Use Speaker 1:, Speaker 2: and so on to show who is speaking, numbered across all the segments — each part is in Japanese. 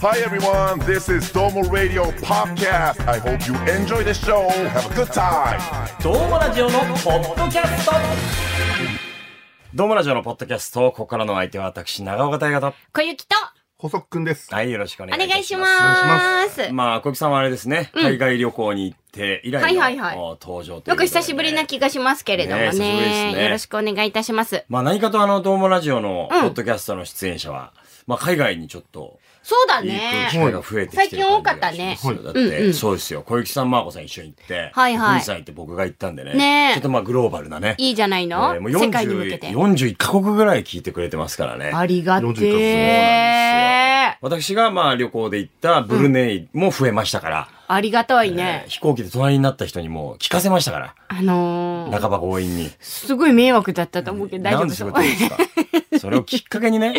Speaker 1: Hi everyone, this is Domo Radio Podcast. I hope you enjoy the show. Have a good time.
Speaker 2: どうもラジオのポッドキャストどうもラジオのポッドキャスト、ここからの相手は私、長岡大和と。
Speaker 3: 小雪と
Speaker 4: 細くんです。
Speaker 2: はい、よろしくお
Speaker 3: お
Speaker 2: 願いい
Speaker 3: 願
Speaker 2: た
Speaker 3: い
Speaker 2: し
Speaker 3: し
Speaker 2: ま。
Speaker 3: ますす。
Speaker 2: まあ、小木さんはあれですね、海外旅行に行って以来の、
Speaker 3: はいはいはい
Speaker 2: お登場という
Speaker 3: よ
Speaker 2: ことでね
Speaker 3: く久しぶりな気がしますけれども
Speaker 2: ね
Speaker 3: ね。
Speaker 2: 久しぶりですね
Speaker 3: よろしくお願いいたします。
Speaker 2: まあ、何かとあの、どうもラジオの、ポ
Speaker 3: うん
Speaker 2: ッドキャストの出演者は、まあ、海外にちょっと、
Speaker 3: そうだ
Speaker 2: 行く機
Speaker 3: ね。
Speaker 2: 会が増えてきてる感じがしますよ
Speaker 4: 最近多かったね
Speaker 2: だっ
Speaker 3: うんう
Speaker 2: て、
Speaker 3: ん
Speaker 2: そうですよ。小雪さん、まーこさん一緒に行って、
Speaker 3: はいはい
Speaker 2: ふみさん行って僕が行ったんでね。
Speaker 3: ねえ
Speaker 2: ちょっとまあ、グローバルなね。
Speaker 3: いいじゃないの、
Speaker 2: えーもう
Speaker 3: 世界に向けて。
Speaker 2: 41カ国ぐらい聞いてくれてますからね。
Speaker 3: ありがて
Speaker 4: 40そうなん
Speaker 3: え。
Speaker 2: 私がまあ旅行で行ったブルネイも増えましたから、
Speaker 3: ありがたい
Speaker 2: え
Speaker 3: ね
Speaker 2: ー。飛行機で隣になった人にもう聞かせましたから、
Speaker 3: あのー、
Speaker 2: 半ば強引に。
Speaker 3: すごい迷惑だったと思うけど大丈
Speaker 2: な
Speaker 3: 夫
Speaker 2: ん
Speaker 3: で
Speaker 2: ですそ
Speaker 3: か
Speaker 2: れどう
Speaker 3: 好
Speaker 2: ですかそれをきっかけにね、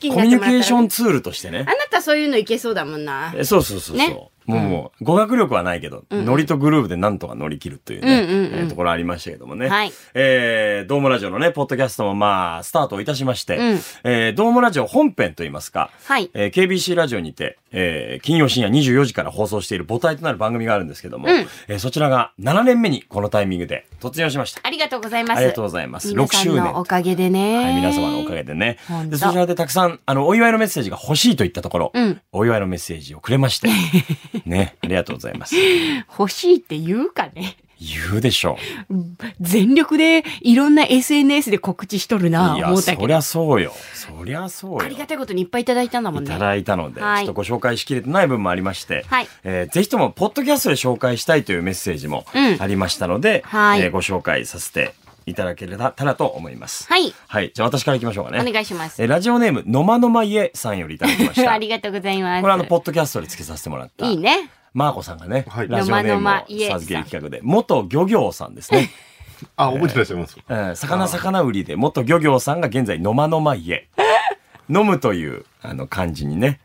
Speaker 3: きに
Speaker 2: コ
Speaker 3: なっ
Speaker 2: ミュニ
Speaker 3: てもらったら
Speaker 2: ケーションツールとしてね
Speaker 3: あ。なたそういうのいけそうだもんな。
Speaker 2: えそうそうそうそう。
Speaker 3: ね
Speaker 2: もうもう、語学力はないけど、ノリとグルーヴでなんとか乗り切るというね、
Speaker 3: うんうんうん
Speaker 2: えーところありましたけどもね。
Speaker 3: はい
Speaker 2: えー、ドームラジオのね、ポッドキャストもまあ、スタートをいたしまして、
Speaker 3: うん
Speaker 2: えー、ドームラジオ本編といいますか、
Speaker 3: はい
Speaker 2: えー KBC ラジオにて、えー、金曜深夜24時から放送している母体となる番組があるんですけども、
Speaker 3: うん
Speaker 2: えーそちらが7年目にこのタイミングで突入しました。
Speaker 3: ありがとうございます。
Speaker 2: ありがとうございます
Speaker 3: 皆さん
Speaker 2: 6周年
Speaker 3: のおかげでね。
Speaker 2: はい、皆様のおかげでね
Speaker 3: ほ。んと
Speaker 2: で、そちらでたくさん、あの、お祝いのメッセージが欲しいといったところ、
Speaker 3: うん
Speaker 2: お祝いのメッセージをくれま して、ね、ありがとうございます。
Speaker 3: 欲しいって言うかね。
Speaker 2: 言うでしょ
Speaker 3: 全力でいろんな SNS で告知しとる
Speaker 2: う。
Speaker 3: ない
Speaker 2: や、
Speaker 3: 思った
Speaker 2: そ
Speaker 3: け
Speaker 2: り
Speaker 3: ど。
Speaker 2: ゃそうよ。そりゃそうよ。
Speaker 3: ありがたいことにいっぱいいただいたんだもん
Speaker 2: い
Speaker 3: ね。
Speaker 2: ただいたので、
Speaker 3: はい
Speaker 2: ちょっとご紹介しきれてない分もありまして、
Speaker 3: はい
Speaker 2: えーぜひとも、ポッドキャストで紹介したいというメッセージも
Speaker 3: うん
Speaker 2: ありましたので、
Speaker 3: はい
Speaker 2: えーご紹介させていただけたらと思います。
Speaker 3: はい。
Speaker 2: はい。じゃあ私から行きましょうかね。
Speaker 3: お願いします
Speaker 2: えーラジオネーム、のまのまいえさんよりいただきました。
Speaker 3: ありがとうございます。
Speaker 2: これあの、ポッドキャストでつけさせてもらった。
Speaker 3: いいね。
Speaker 2: マーコさんがね、
Speaker 4: はい
Speaker 2: ラジオネー
Speaker 3: のまの
Speaker 2: ム
Speaker 3: ま
Speaker 2: を
Speaker 3: 家さん
Speaker 2: 授ける企画で、元漁業さんですね。
Speaker 4: あ、覚えてらっしゃいます。
Speaker 2: えー魚魚売りで、元漁業さんが現在、のまのま家。飲むという、あの、漢字にね、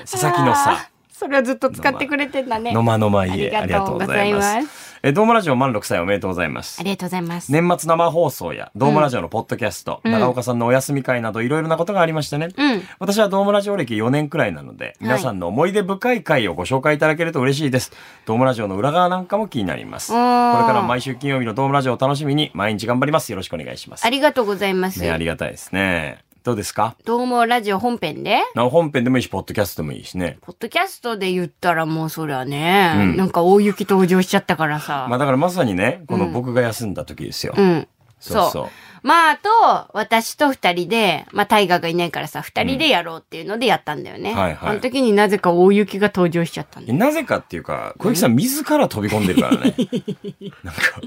Speaker 2: えー佐々木のさ
Speaker 3: あ、ーそれをずっと使ってくれてんだね。
Speaker 2: のまのま家。
Speaker 3: ありがとう
Speaker 2: ありがと
Speaker 3: ございます
Speaker 2: うございますえー、ドームラジオ満6歳おめでとうございます
Speaker 3: あ。りがとうございます。
Speaker 2: 年末生放送や、ドームラジオのポッドキャスト、
Speaker 3: うん
Speaker 2: 長岡さんのお休み会などいろいろなことがありましたね。
Speaker 3: うん
Speaker 2: 私はドームラジオ歴4年くらいなので、皆さんの思い出深い回をご紹介いただけると嬉しいです。ドームラジオの裏側なんかも気になります。こ
Speaker 3: お
Speaker 2: れ
Speaker 3: ー
Speaker 2: からも毎週金曜日のドームラジオを楽しみに、毎日頑張ります。よろしくお願いします。
Speaker 3: ありがとうございます。
Speaker 2: ね、ありがたいですね。どうですか
Speaker 3: どうもラジオ本編で、
Speaker 2: なお本編でもいいし、ポッドキャストでもいいしね。
Speaker 3: ポッドキャストで言ったらもうそりゃね、
Speaker 2: うん
Speaker 3: なんか大雪登場しちゃったからさ。
Speaker 2: まあだからまさにね、この僕が休んだ時ですよ。
Speaker 3: うん。
Speaker 2: そうそう
Speaker 3: まあ、あと、私と二人で、まあ、タイガーがいないからさ、二人でやろうっていうのでやったんだよね。
Speaker 2: うんはいはい
Speaker 3: あの時になぜか大雪が登場しちゃったんだよ。
Speaker 2: なぜかっていうか、小雪さん自ら飛び込んでるからね。 なんか、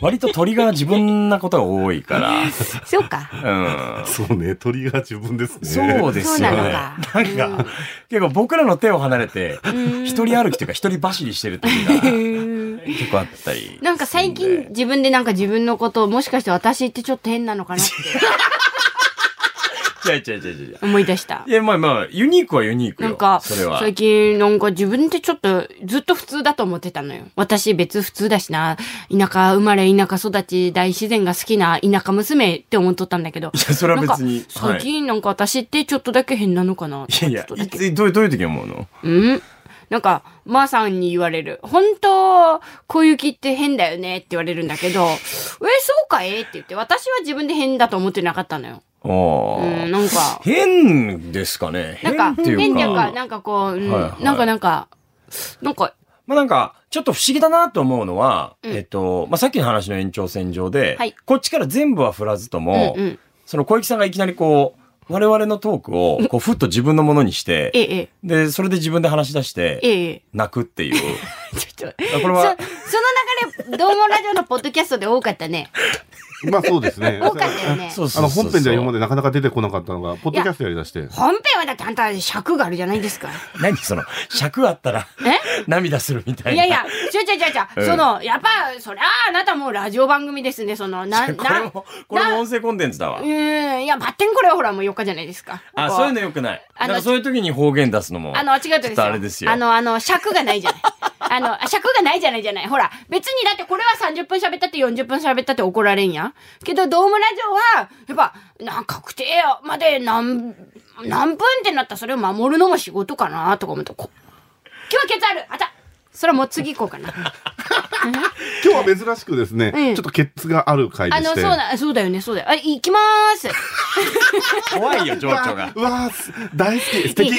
Speaker 2: 割と鳥が自分なことが多いか
Speaker 3: そうか。
Speaker 2: ら。う ん。
Speaker 4: そうね、鳥が自分ですね。
Speaker 2: そうですよね。
Speaker 3: そうなの
Speaker 2: な
Speaker 3: か
Speaker 2: んか、結構僕らの手を離れて、一人歩きというか一人走りしてる時 が結構あったり。
Speaker 3: なんか最近自分でなんか自分のことをもしかして私ってちょっと変なのかなって
Speaker 2: 違う違う違う違う。
Speaker 3: 思い出した
Speaker 2: い。や、まあまあ、ユニークはユニークよ。
Speaker 3: なんか、
Speaker 2: それは。
Speaker 3: 最近なんか自分ってちょっとずっと普通だと思ってたのよ。私別普通だしな、田舎生まれ田舎育ち大自然が好きな田舎娘って思っとったんだけど。い
Speaker 2: やそれは別にはい
Speaker 3: 最近なんか私ってちょっとだけ変なのかな。
Speaker 2: いやいや
Speaker 3: ちょっとだ
Speaker 2: い
Speaker 3: け
Speaker 2: つ、どういう、どういう時思うの
Speaker 3: うんなんか、まー、さんに言われる。本当、小雪って変だよねって言われるんだけ ど、え、そうかえって言って、私は自分で変だと思ってなかったのよ。
Speaker 2: あ
Speaker 3: うん、
Speaker 2: あ。
Speaker 3: なんか、
Speaker 2: 変ですかね。
Speaker 3: なん
Speaker 2: 変
Speaker 3: か、
Speaker 2: っていうか。
Speaker 3: 変っていうか、なんかこう、うん
Speaker 2: はいはい
Speaker 3: なんかなんか、なんか、
Speaker 2: まあなんか、ちょっと不思議だなと思うのは、
Speaker 3: うん
Speaker 2: えっと、まあさっきの話の延長線上で、
Speaker 3: はい
Speaker 2: こっちから全部は振らずとも、
Speaker 3: うんうん
Speaker 2: その小池さんがいきなりこう、我々のトークを、こう、ふっと自分のものにして、
Speaker 3: ええ、
Speaker 2: で、それで自分で話し出し
Speaker 3: え
Speaker 2: て、
Speaker 3: え、え
Speaker 2: 泣くっていう。
Speaker 3: え、ちょっと。
Speaker 2: これ
Speaker 3: そそ
Speaker 2: は、
Speaker 3: の流れ、どうもラジオのポッドキャストで多かっ たね。
Speaker 4: まあそうです ね。
Speaker 3: 多かったよね。
Speaker 2: そうそう
Speaker 4: あ
Speaker 2: そう
Speaker 4: の、
Speaker 2: そう
Speaker 4: 本編では今までなかなか出てこなかったのが、ポッドキャストやりだして。
Speaker 3: 本編はだってあんた尺があるじゃないですか。
Speaker 2: 何その、尺あったら、
Speaker 3: え
Speaker 2: 涙するみたいな。
Speaker 3: いやいや、ちょちょちょちょ、
Speaker 2: うん
Speaker 3: その、やっぱ、そりゃあ、あなたもラジオ番組ですね、その、な、
Speaker 2: これ
Speaker 3: な、
Speaker 2: も、これも音声コンテンツだわ
Speaker 3: う。ーん、いや、バッテンこれはほら、もう4日じゃないですか。
Speaker 2: あ、
Speaker 3: こ
Speaker 2: そういうの良くない。
Speaker 3: あ
Speaker 2: だ
Speaker 3: の
Speaker 2: からそういう時に方言出すのも。
Speaker 3: あの、違うと
Speaker 2: ち
Speaker 3: で
Speaker 2: ょっ
Speaker 3: すよ。
Speaker 2: とあれですよ。
Speaker 3: あの、あの、尺がないじゃ ない。あの、あ尺がないじゃないじゃない。ほら、別にだってこれは30分喋ったって40分喋ったって怒られんやん。けど、ドームラジオは、やっぱ、なんか確定まで何何分ってなったらそれを守るのも仕事かなとか思って、こ今日はケツあるあたそれはもう次行こう かな。
Speaker 4: 今日は珍しくですね、
Speaker 3: うん
Speaker 4: ちょっとケツがある回で
Speaker 3: あの、
Speaker 4: し
Speaker 3: そう
Speaker 4: て。
Speaker 3: だ、そうだよね、そうだよ。あ、行きまーす。
Speaker 2: 怖いよ、情緒が。
Speaker 4: うわーす大好き、素
Speaker 3: 晴
Speaker 4: 敵。
Speaker 3: れ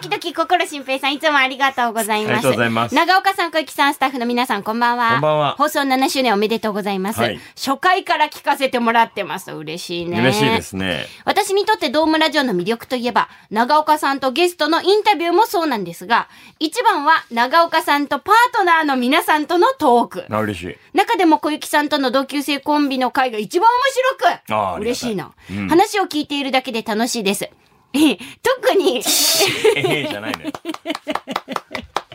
Speaker 3: 時々心心平さんいつもありがとうございま
Speaker 2: あ
Speaker 3: す。
Speaker 2: りがとうございます
Speaker 3: 長岡さん、小雪さん、スタッフの皆さん、こんばんは。
Speaker 2: こんばんは
Speaker 3: 放送7周年おめでとうございます。
Speaker 2: はい
Speaker 3: 初回から聞かせてもらってます。嬉しいね。
Speaker 2: 嬉しいで。すね。
Speaker 3: 私にとってドームラジオの魅力といえば、長岡さんとゲストのインタビューもそうなんですが、一番は長岡さんとパートナーの皆さんとのトーク。
Speaker 2: あ、嬉しい。
Speaker 3: 中でも小雪さんとの同級生コンビの会が一番面白く
Speaker 2: あーありがたい
Speaker 3: 嬉しいな、
Speaker 2: うん
Speaker 3: 話を聞いているだけで楽しいです。ええ特に、
Speaker 2: ええじゃないのよ。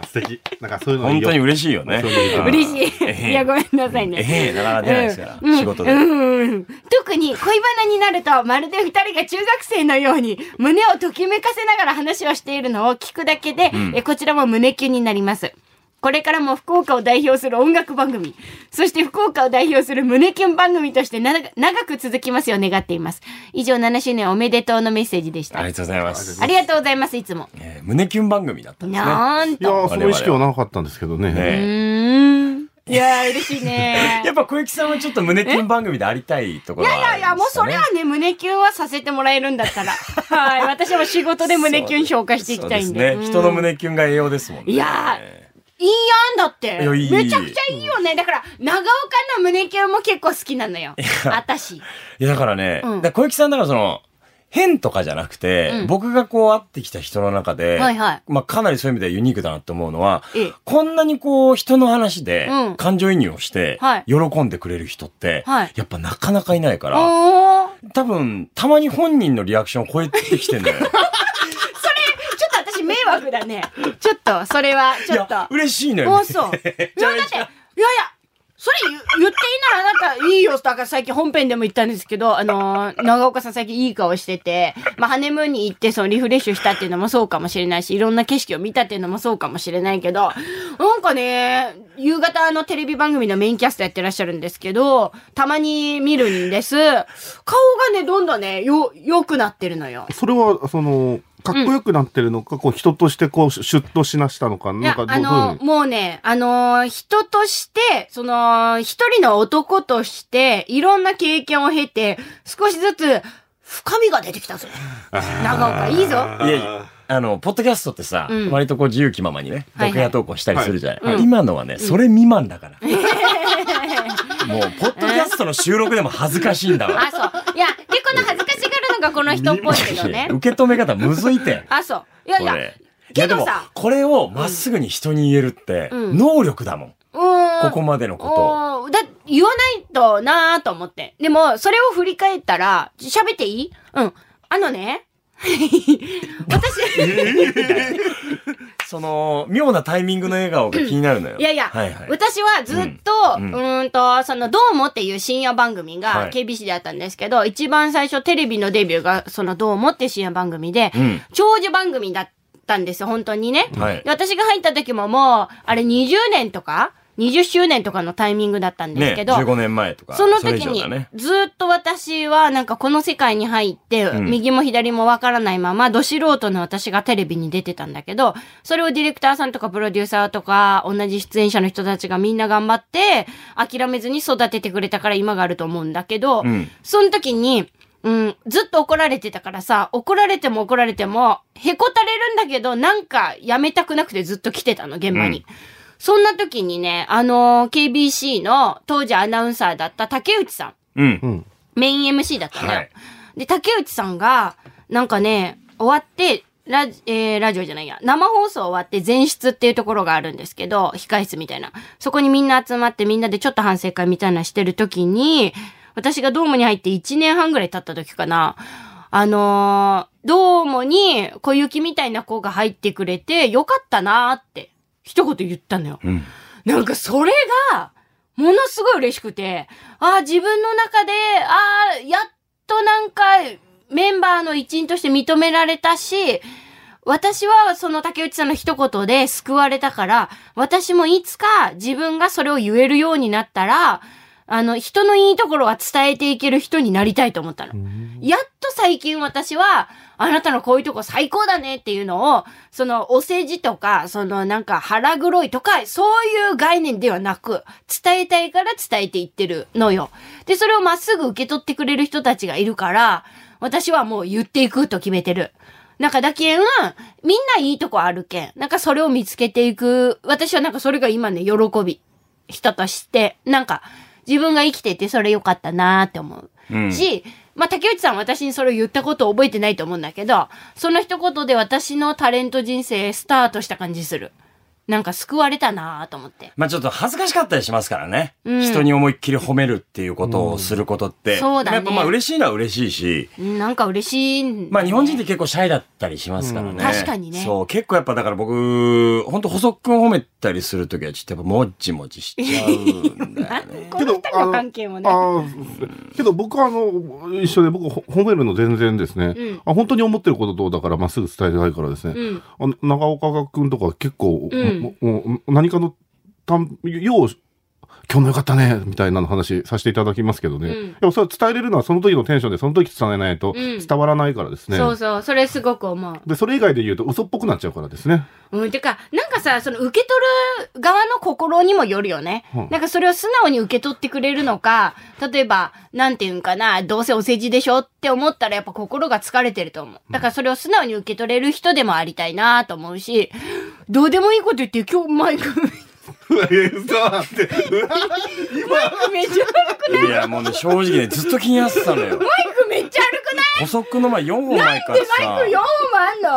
Speaker 4: 素敵。なんかそういうのい
Speaker 2: 本
Speaker 4: いよ
Speaker 2: 当に嬉しいよね。
Speaker 4: そういうの
Speaker 2: うん
Speaker 3: 嬉し
Speaker 2: え
Speaker 3: い。
Speaker 2: え
Speaker 3: いや、ごめんなさいね。
Speaker 2: ええなかなか出ないですから、
Speaker 3: うん
Speaker 2: 仕事
Speaker 3: う
Speaker 2: で。
Speaker 3: ん特に恋バナになるとまるで二人が中学生のように胸をときめかせながら話をしているのを聞くだけで、えこちらも胸キュンになります。これからも福岡を代表する音楽番組、そして福岡を代表する胸キュン番組としてな長く続きますよう願っています。以上7周年おめでとうのメッセージでした。
Speaker 2: ありがとうございます。
Speaker 3: ありがとうございます、いつも。
Speaker 2: ええ胸キュン番組だったんですね。
Speaker 3: なん
Speaker 4: いや
Speaker 3: と。
Speaker 4: ー、その意識はなかったんですけどね。
Speaker 3: う
Speaker 2: ね
Speaker 3: ーん。いやー、嬉しいね
Speaker 2: え。やっぱ小雪さんはちょっと胸キュン番組でありたいところはあ
Speaker 3: い
Speaker 2: り
Speaker 3: やいや、もう
Speaker 2: ます
Speaker 3: そ
Speaker 2: か
Speaker 3: れ
Speaker 2: ね
Speaker 3: はね、胸キュンはさせてもらえるんだ ったら。はい。私も仕事で胸キュン評価していきたいんで。
Speaker 2: そう
Speaker 3: う
Speaker 2: す
Speaker 3: ん
Speaker 2: ね。人の胸キュンが栄養ですもんね。
Speaker 3: いやいいやんだって
Speaker 2: いやいい
Speaker 3: めちゃくちゃいいよね。だから、長岡の胸キュンも結構好きなのよ。私。
Speaker 2: いや、だからね、
Speaker 3: うん
Speaker 2: だから小雪さんだからその、変とかじゃなくて、
Speaker 3: うん
Speaker 2: 僕がこう会ってきた人の中で、
Speaker 3: はいはい
Speaker 2: まあかなりそういう意味ではユニークだなって思うのは、
Speaker 3: ええ
Speaker 2: こんなにこう人の話で
Speaker 3: うん
Speaker 2: 感情移入をして
Speaker 3: はい、
Speaker 2: 喜んでくれる人って、
Speaker 3: はい
Speaker 2: やっぱなかなかいないか
Speaker 3: お
Speaker 2: ら、
Speaker 3: ー。
Speaker 2: 多分たまに本人のリアクションを超えてきてんだよ。
Speaker 3: それ、ちょっと私迷惑だね。ちょっと、それは、
Speaker 2: い
Speaker 3: ちょっと
Speaker 2: や。、嬉しいのよ。
Speaker 3: もうそう。いや、だって、いやいや、それ言言っていいなら、なんか、いいよ。だから最近本編でも言ったんですけど、あのー長岡さん最近いい顔してて、まあ、ハネムーンに行って、そのリフレッシュしたっていうのもそうかもしれないし、いろんな景色を見たっていうのもそうかもしれないけど、なんかね、夕方のテレビ番組のメインキャストやってらっしゃるんですけど、たまに見るんです。顔がね、どんどんね、よ、良くなってるのよ。
Speaker 4: それは、その、かっこよくなってるのか、こう、人として、こう、シュッとしなしたのか、
Speaker 3: い
Speaker 4: なん
Speaker 3: や、
Speaker 4: かどう、
Speaker 3: あの、
Speaker 4: どういう
Speaker 3: もうね、あのー人として、その、一人の男として、いろんな経験を経て、少しずつ、深みが出てきた ぞ。長岡、いいぞ。
Speaker 2: いやいや、あの、ポッドキャストってさ、
Speaker 3: うん
Speaker 2: 割とこう自由気ままにね、
Speaker 3: はいはい
Speaker 2: 楽屋投稿したりするじゃない。
Speaker 3: はいうん
Speaker 2: 今のはね、それ未満だから。 もう、ポッドキャストの収録でも恥ずかしいんだわ。
Speaker 3: あ、。そう。いや、で、この恥ずかしがるのがこの人っぽいけど ね
Speaker 2: 受け止め方むずいて。
Speaker 3: あ、そう。いやい
Speaker 2: こ
Speaker 3: や、
Speaker 2: れ。い
Speaker 3: け
Speaker 2: やで
Speaker 3: ど
Speaker 2: も
Speaker 3: さ、
Speaker 2: これをまっすぐに人に言えるって、
Speaker 3: うん
Speaker 2: 能力だもん。
Speaker 3: うーん。
Speaker 2: ここまでのこ
Speaker 3: おーだ、言わないとなーと思って。でも、それを振り返ったら、喋っていいうん。あのね、 私、
Speaker 2: と。その、妙なタイミングの笑顔が気になるのよ。
Speaker 3: いやいや、
Speaker 2: はいはい。
Speaker 3: 私はずっと、
Speaker 2: う
Speaker 3: う
Speaker 2: んうん
Speaker 3: ーんと、その、どうもっていう深夜番組
Speaker 2: は
Speaker 3: が
Speaker 2: い
Speaker 3: KBC であったんですけど、一番最初テレビのデビューが、その、どうもっていう深夜番組で、
Speaker 2: うん
Speaker 3: 長寿番組だったんですよ、本当にね。
Speaker 2: はい
Speaker 3: で私が入った時ももう、あれ20年とか ?20 周年とかのタイミングだったんです
Speaker 2: ね、
Speaker 3: けど、
Speaker 2: 15年前とか。
Speaker 3: その
Speaker 2: れ以
Speaker 3: 時
Speaker 2: 上
Speaker 3: に
Speaker 2: だね、
Speaker 3: ずっと私はなんかこの世界に入って、
Speaker 2: ん
Speaker 3: 右も左もわからないまま、ど素人の私がテレビに出てたんだけど、それをディレクターさんとかプロデューサーとか、同じ出演者の人たちがみんな頑張って、諦めずに育ててくれたから今があると思うんだけど、
Speaker 2: うん
Speaker 3: その時に、うん、ずっと怒られてたからさ、怒られても怒られても、へこたれるんだけど、なんかやめたくなくてずっと来てたの、現場に。
Speaker 2: うん
Speaker 3: そんな時にね、あのー KBC の当時アナウンサーだった竹内さん、
Speaker 2: うん。
Speaker 4: うん。
Speaker 3: メイン MC だったのよ。
Speaker 2: はい
Speaker 3: で、竹内さんが、なんかね、終わって、ラジ、えーラジオじゃないや、生放送終わって前室っていうところがあるんですけど、控室みたいな。そこにみんな集まってみんなでちょっと反省会みたいなのしてる時に、私がドームに入って1年半ぐらい経った時かな、あのー、ドームに小雪みたいな子が入ってくれてよかったなーって、一言言ったのよ。
Speaker 2: うん。
Speaker 3: なんかそれが、ものすごい嬉しくて、ああ、自分の中で、ああ、やっとなんか、メンバーの一員として認められたし、私はその竹内さんの一言で救われたから、私もいつか自分がそれを言えるようになったら、あの、人のいいところは伝えていける人になりたいと思ったの。やっと最近私は、あなたのこういうとこ最高だねっていうのを、その、お世辞とか、そのなんか腹黒いとか、そういう概念ではなく、伝えたいから伝えていってるのよ。で、それをまっすぐ受け取ってくれる人たちがいるから、私はもう言っていくと決めてる。なんかだけん、みんないいとこあるけん。なんかそれを見つけていく。私はなんかそれが今ね、喜び。人として、なんか、自分が生きててそれ良かったなーって思う。
Speaker 2: うん
Speaker 3: し、まあ、竹内さんは私にそれを言ったことを覚えてないと思うんだけど、その一言で私のタレント人生スタートした感じする。なんか救われたなーと思って。
Speaker 2: まあちょっと恥ずかしかったりしますからね。
Speaker 3: うん
Speaker 2: 人に思いっきり褒めるっていうことをすることって。
Speaker 3: んそうだね
Speaker 2: やっぱまあ嬉しいのは嬉しいし。
Speaker 3: うんなんか嬉しいんだね、
Speaker 2: まあ日本人って結構シャイだったりしますからね。
Speaker 4: うん
Speaker 3: 確かにね。
Speaker 2: そう、結構やっぱだから僕、本当細くん褒めたりするときはちょっとやっぱもっちもちしちゃうんだよね
Speaker 3: この二人の関係もね
Speaker 4: あ。のあーけど僕はあの、一緒で僕ほ褒めるの全然ですね。
Speaker 3: うん
Speaker 4: あ本当に思ってることどうだからまっすぐ伝えてないからですね。
Speaker 3: うん。
Speaker 4: あの長岡君とか結構、
Speaker 3: うん
Speaker 4: ももも何かのたん、よう、今日もよかったね、みたいなの話させていただきますけどね。
Speaker 3: うん
Speaker 4: でもそれ伝えれるのはその時のテンションで、その時伝えないと
Speaker 3: うん
Speaker 4: 伝わらないからですね。
Speaker 3: そうそう、それすごく思う。
Speaker 4: で、それ以外で言うと嘘っぽくなっちゃうからです ね。
Speaker 3: うん、てか、なんかさ、その受け取る側の心にもよるよね。
Speaker 4: うん
Speaker 3: なんかそれを素直に受け取ってくれるのか、例えば、なんていうんかな、どうせお世辞でしょって思ったらやっぱ心が疲れてると思う。だからそれを素直に受け取れる人でもありたいなと思うし、どうでもいいこと言って今日マイク、
Speaker 4: え、嘘だって。
Speaker 3: マイクめっちゃ悪く、
Speaker 2: いやもうね、正直ね、ずっと気になってたの よ。
Speaker 3: マイクめっちゃ悪くない
Speaker 2: 細くんの前4本前から
Speaker 3: で
Speaker 2: さ。
Speaker 3: マイク4本も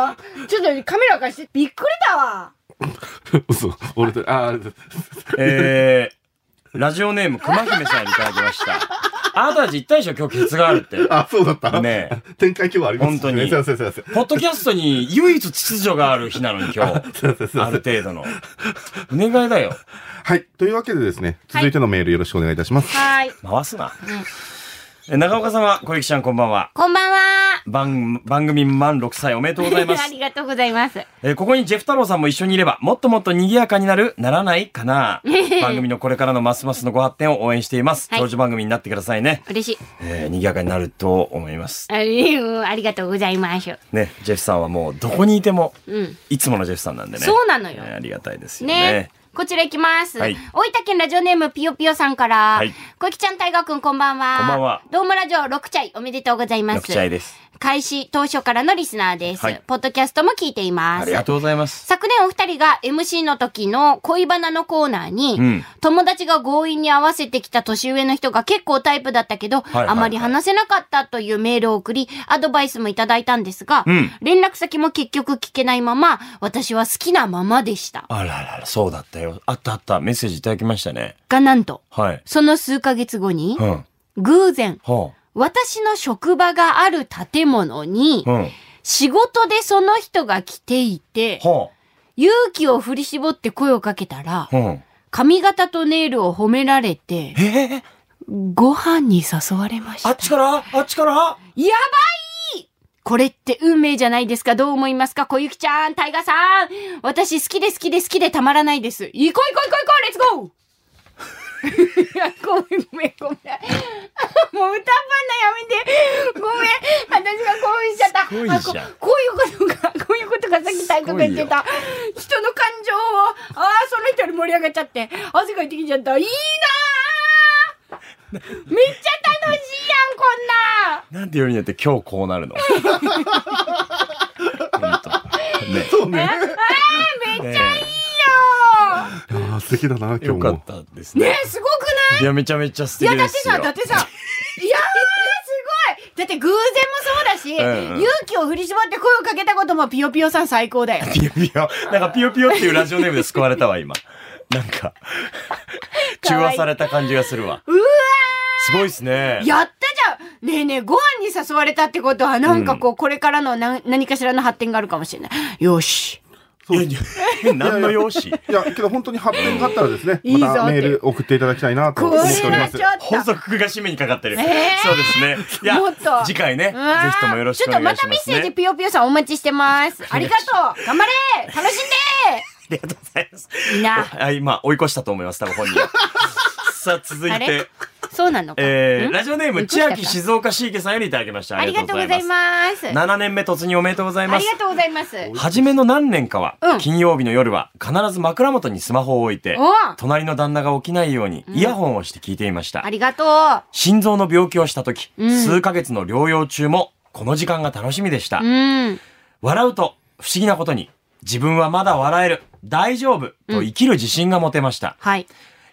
Speaker 3: あんのちょっとカメラ貸して、びっくりだわ。
Speaker 4: 嘘。俺と、あーあれです、
Speaker 2: えー、ラジオネーム熊姫さんにいただきました。あなたたち言ったでしょ今日ケツがあるって。
Speaker 4: あ、そうだった。
Speaker 2: ねえ
Speaker 4: 展開今日はあります
Speaker 2: 本
Speaker 4: ね。
Speaker 2: 当に
Speaker 4: すいません、すいません。
Speaker 2: ポッドキャストに唯一秩序がある日なのに今日。
Speaker 4: すいません、すいま
Speaker 2: あ
Speaker 4: せ
Speaker 2: る
Speaker 4: ん。
Speaker 2: 程度の。お願いだよ。
Speaker 4: はい。というわけでですね、続いてのメールよろしくお願いいたしま す。
Speaker 3: はーい。
Speaker 2: 回すな。え長岡様、小雪ちゃんこんばんは。
Speaker 3: こんばんは。
Speaker 2: 番、番組満6歳おめでとうございま
Speaker 3: あ
Speaker 2: す
Speaker 3: り。がとうございます。
Speaker 2: えーここにジェフ太郎さんも一緒にいれば、もっともっと賑やかになる、ならないか な。番組のこれからのますますのご発展を応援しています。
Speaker 3: はい
Speaker 2: 長寿番組になってくださいね。
Speaker 3: 嬉しい。
Speaker 2: えー賑やかになると思います。
Speaker 3: あうんありがとうございます。
Speaker 2: ね、ジェフさんはもうどこにいても、
Speaker 3: うん。
Speaker 2: いつものジェフさんなんでね。
Speaker 3: そうなのよ
Speaker 2: えーありがたいですよ
Speaker 3: ね
Speaker 2: ね。
Speaker 3: こちら行きます。
Speaker 2: はい
Speaker 3: 大分県ラジオネームぴよぴよさんから。
Speaker 2: はい
Speaker 3: 小池ちゃん、大河くん、こんばんは。
Speaker 2: こんばんは
Speaker 3: ドームラジオ6チャイ、おめでとうございます。
Speaker 2: 緑茶屋です。
Speaker 3: 開始当初からのリスナーです。
Speaker 2: はい
Speaker 3: ポッドキャストも聞いていま
Speaker 2: あ
Speaker 3: す
Speaker 2: り。がとうございます。
Speaker 3: 昨年お二人が MC の時の恋バナのコーナーに、
Speaker 2: うん
Speaker 3: 友達が強引に合わせてきた年上の人が結構タイプだったけど、
Speaker 2: いはいはい
Speaker 3: あまり話せなかったというメールを送り、アドバイスもいただいたんですが、
Speaker 2: うん
Speaker 3: 連絡先も結局聞けないまま、私は好きなままでした。
Speaker 2: あららら、そうだったよ。あったあった、メッセージいただきましたね。
Speaker 3: がなんと、
Speaker 2: はい。
Speaker 3: その数ヶ月後に
Speaker 2: う、ん。
Speaker 3: 偶然、
Speaker 2: は
Speaker 3: 私の職場がある建物に
Speaker 2: あ。う、ん。
Speaker 3: 仕事でその人が来ていて、
Speaker 2: は
Speaker 3: 勇気を振り絞って声をかけたら
Speaker 2: あ。、うん。
Speaker 3: 髪型とネイルを褒められて、
Speaker 2: ええ
Speaker 3: ご飯に誘われまし
Speaker 2: あっ。
Speaker 3: た
Speaker 2: ちからあっちから
Speaker 3: やばいこれって運命じゃないですかどう思いますか小雪ちゃん、タイガさん私好きで好きで好きでたまらないです。行こう行こう行こう行こうレッツゴーいや ごめんごめん ごめん。もう歌っぱんのやめて。ごめん。私が興奮しちゃった。
Speaker 2: すごいじゃん
Speaker 3: あここういうことが、こういうことがさっきタイガが言ってた。人の感情を、ああ、その人に盛り上がっちゃって、汗かいてきちゃった。いい なあめっちゃ楽しいやん、こんなん
Speaker 2: なんでよりによって今日こうなるの本当ね
Speaker 4: そうね。
Speaker 2: ね
Speaker 4: ああ、素敵だな、今日
Speaker 2: え
Speaker 4: も。
Speaker 2: よかったですね。
Speaker 3: ねえすごくない
Speaker 2: いや、めちゃめちゃ素
Speaker 3: いや
Speaker 2: 敵
Speaker 3: だ
Speaker 2: で
Speaker 3: って
Speaker 2: す
Speaker 3: さ
Speaker 2: よ。
Speaker 3: だってさいやーすごいだって偶然もそうだし、
Speaker 2: うんうん
Speaker 3: 勇気を振り絞って声をかけたこともピヨピヨさん最高だよ
Speaker 2: ピヨピヨ。なんかピヨピヨっていうラジオネームで救われたわ、 今。なんか、中和された感じがするわ。
Speaker 3: うわ
Speaker 2: すごいですね
Speaker 3: ー。やったじゃんねえねえご飯に誘われたってことはなんかこう、これからのな何かしらの発展があるかもしれないよし
Speaker 4: そう
Speaker 2: いやいや 何の用紙
Speaker 4: いや、けど本当に発展があったらですね、
Speaker 3: いいぞ
Speaker 4: またメール送っていただきたいなと
Speaker 3: こ
Speaker 4: 思
Speaker 3: れ
Speaker 4: っておりま
Speaker 3: は
Speaker 4: す
Speaker 3: ち。ょっと
Speaker 2: 法則が締めにかかってる。
Speaker 3: え
Speaker 2: そうですね。いや
Speaker 3: もっと、
Speaker 2: 次回ね、ぜ
Speaker 3: うわー
Speaker 2: ひともよろしくお願いします、ね。
Speaker 3: ちょっとまたメッセージピヨピヨさんお待ちしてますありがとう頑張れ楽しん
Speaker 2: ありがとうございます。
Speaker 3: でいいな
Speaker 2: あ、今、追い越したと思います、多分本人。さあ、続い
Speaker 3: あれ
Speaker 2: て、
Speaker 3: そうなのか。
Speaker 2: えー、
Speaker 3: ん
Speaker 2: ラジオネーム、千秋静岡しいけさんよりいただきました。
Speaker 3: ありがとうございます。あ
Speaker 2: 7年目突入おめでとうございま
Speaker 3: り
Speaker 2: す
Speaker 3: が。とうございます。
Speaker 2: 初めの何年かは、
Speaker 3: うん
Speaker 2: 金曜日の夜は必ず枕元にスマホを置いて
Speaker 3: おう、
Speaker 2: 隣の旦那が起きないようにイヤホンをして聞いていました。
Speaker 3: ありがとう。
Speaker 2: 心臓の病気をした時、
Speaker 3: ん
Speaker 2: 数ヶ月の療養中も、この時間が楽しみでした。
Speaker 3: うん。
Speaker 2: 笑うと、不思議なことに、自分はまだ笑える、大丈夫、と生きる自信が持てました。
Speaker 3: はい。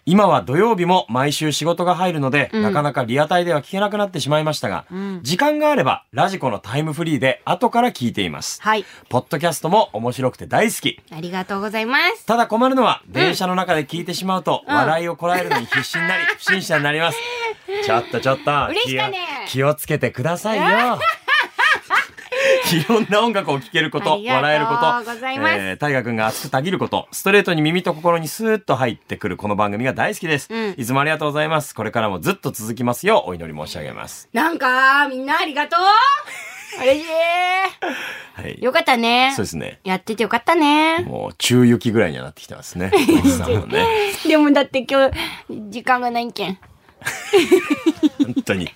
Speaker 2: 今は土曜日も毎週仕事が入るので、
Speaker 3: うん
Speaker 2: なかなかリアタイでは聞けなくなってしまいましたが、
Speaker 3: うん
Speaker 2: 時間があればラジコのタイムフリーで後から聞いています。
Speaker 3: はい。
Speaker 2: ポッドキャストも面白くて大好き。
Speaker 3: ありがとうございます。
Speaker 2: ただ困るのは、電車の中で聞いてしまうと、
Speaker 3: うん
Speaker 2: 笑いをこらえるのに必死に なり、不審者になります。ちょっとちょっと、
Speaker 3: 嬉しかね
Speaker 2: 気を気をつけてくださいよ。 いろんな音楽を聴けること、
Speaker 3: ありがとう
Speaker 2: 笑えること、
Speaker 3: ございます
Speaker 2: ー大河君が熱くたぎること、ストレートに耳と心にスーッと入ってくるこの番組が大好きです、
Speaker 3: うん
Speaker 2: いつもありがとうございます。これからもずっと続きますよう、お祈り申し上げます。
Speaker 3: なんか、みんなありが とう。嬉し
Speaker 2: はい
Speaker 3: い。。よかったね。
Speaker 2: そうですね。
Speaker 3: やっててよかったね。
Speaker 2: もう中雪ぐらいにはなってきて ますね。おじさんもね。
Speaker 3: でもだって今日、時間がないんけん。
Speaker 2: 本当に。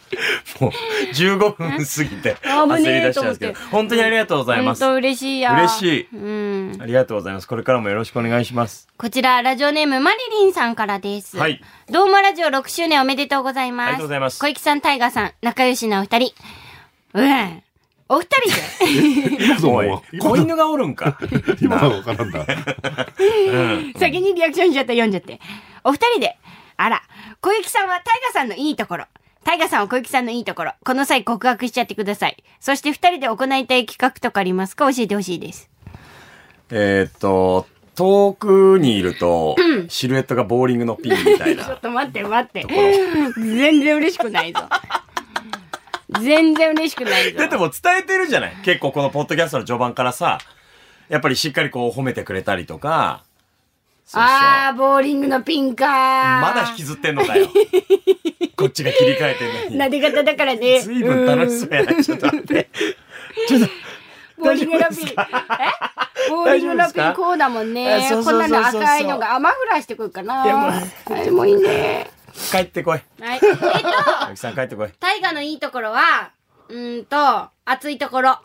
Speaker 2: もう、15分過ぎ て、
Speaker 3: 危
Speaker 2: 焦り
Speaker 3: ねえ
Speaker 2: 出しち
Speaker 3: と
Speaker 2: ゃうん
Speaker 3: 思
Speaker 2: ですけ
Speaker 3: って
Speaker 2: ど、本当にありがとうございま
Speaker 3: 本
Speaker 2: す。
Speaker 3: 当
Speaker 2: あ
Speaker 3: 嬉しいや。
Speaker 2: 嬉しい
Speaker 3: うん。
Speaker 2: りがとうございます。これからもよろしくお願いします。
Speaker 3: こちら、ラジオネーム、マリリンさんからです。
Speaker 2: はい。
Speaker 3: どうもラジオ6周年おめでとうございます。
Speaker 2: ありがとうございます
Speaker 3: 小池さん、タイガーさん、仲良しなお二人。うん。お二 人で。
Speaker 4: 今の
Speaker 2: お、
Speaker 4: はい
Speaker 2: 子犬がおるん か。
Speaker 4: 今のは分からんだ。
Speaker 3: 先にリアクションしちゃった、読んじゃって。お二人で。あら、小雪さんはタイガさんのいいところ。タイガさんは小雪さんのいいところ。この際告白しちゃってください。そして二人で行いたい企画とかありますか教えてほしいです。
Speaker 2: えーっと、遠くにいると、シルエットがボーリングのピンみたい
Speaker 3: ちょ っ
Speaker 2: な。
Speaker 3: と待って待って
Speaker 2: ところ。
Speaker 3: 全然嬉しくないぞ。全然嬉しくないぞ
Speaker 2: だっ。てもう伝えてるじゃない結構このポッドキャストの序盤からさ、やっぱりしっかりこう褒めてくれたりとか、そうそう
Speaker 3: あー、ボーリングのピンかー。
Speaker 2: まだ引きずってんのか よ。こっちが切り替えてんのに。
Speaker 3: 撫で方だからね。
Speaker 2: ずいぶん楽しそうやな。ちょっと待って。ちょっと。
Speaker 3: うんボーリングラピン。えボーリングラピンこうだも
Speaker 2: 大
Speaker 3: んね。
Speaker 2: 丈夫
Speaker 3: こ
Speaker 2: ですか
Speaker 3: んなの赤いのが雨降らしてくるかな。
Speaker 2: いやも
Speaker 3: う。はい、もういいね。
Speaker 2: 帰ってこい。
Speaker 3: はい。えっと、
Speaker 2: 青木さん帰ってこい。
Speaker 3: 大河のいいところは、うーんと、熱いところ。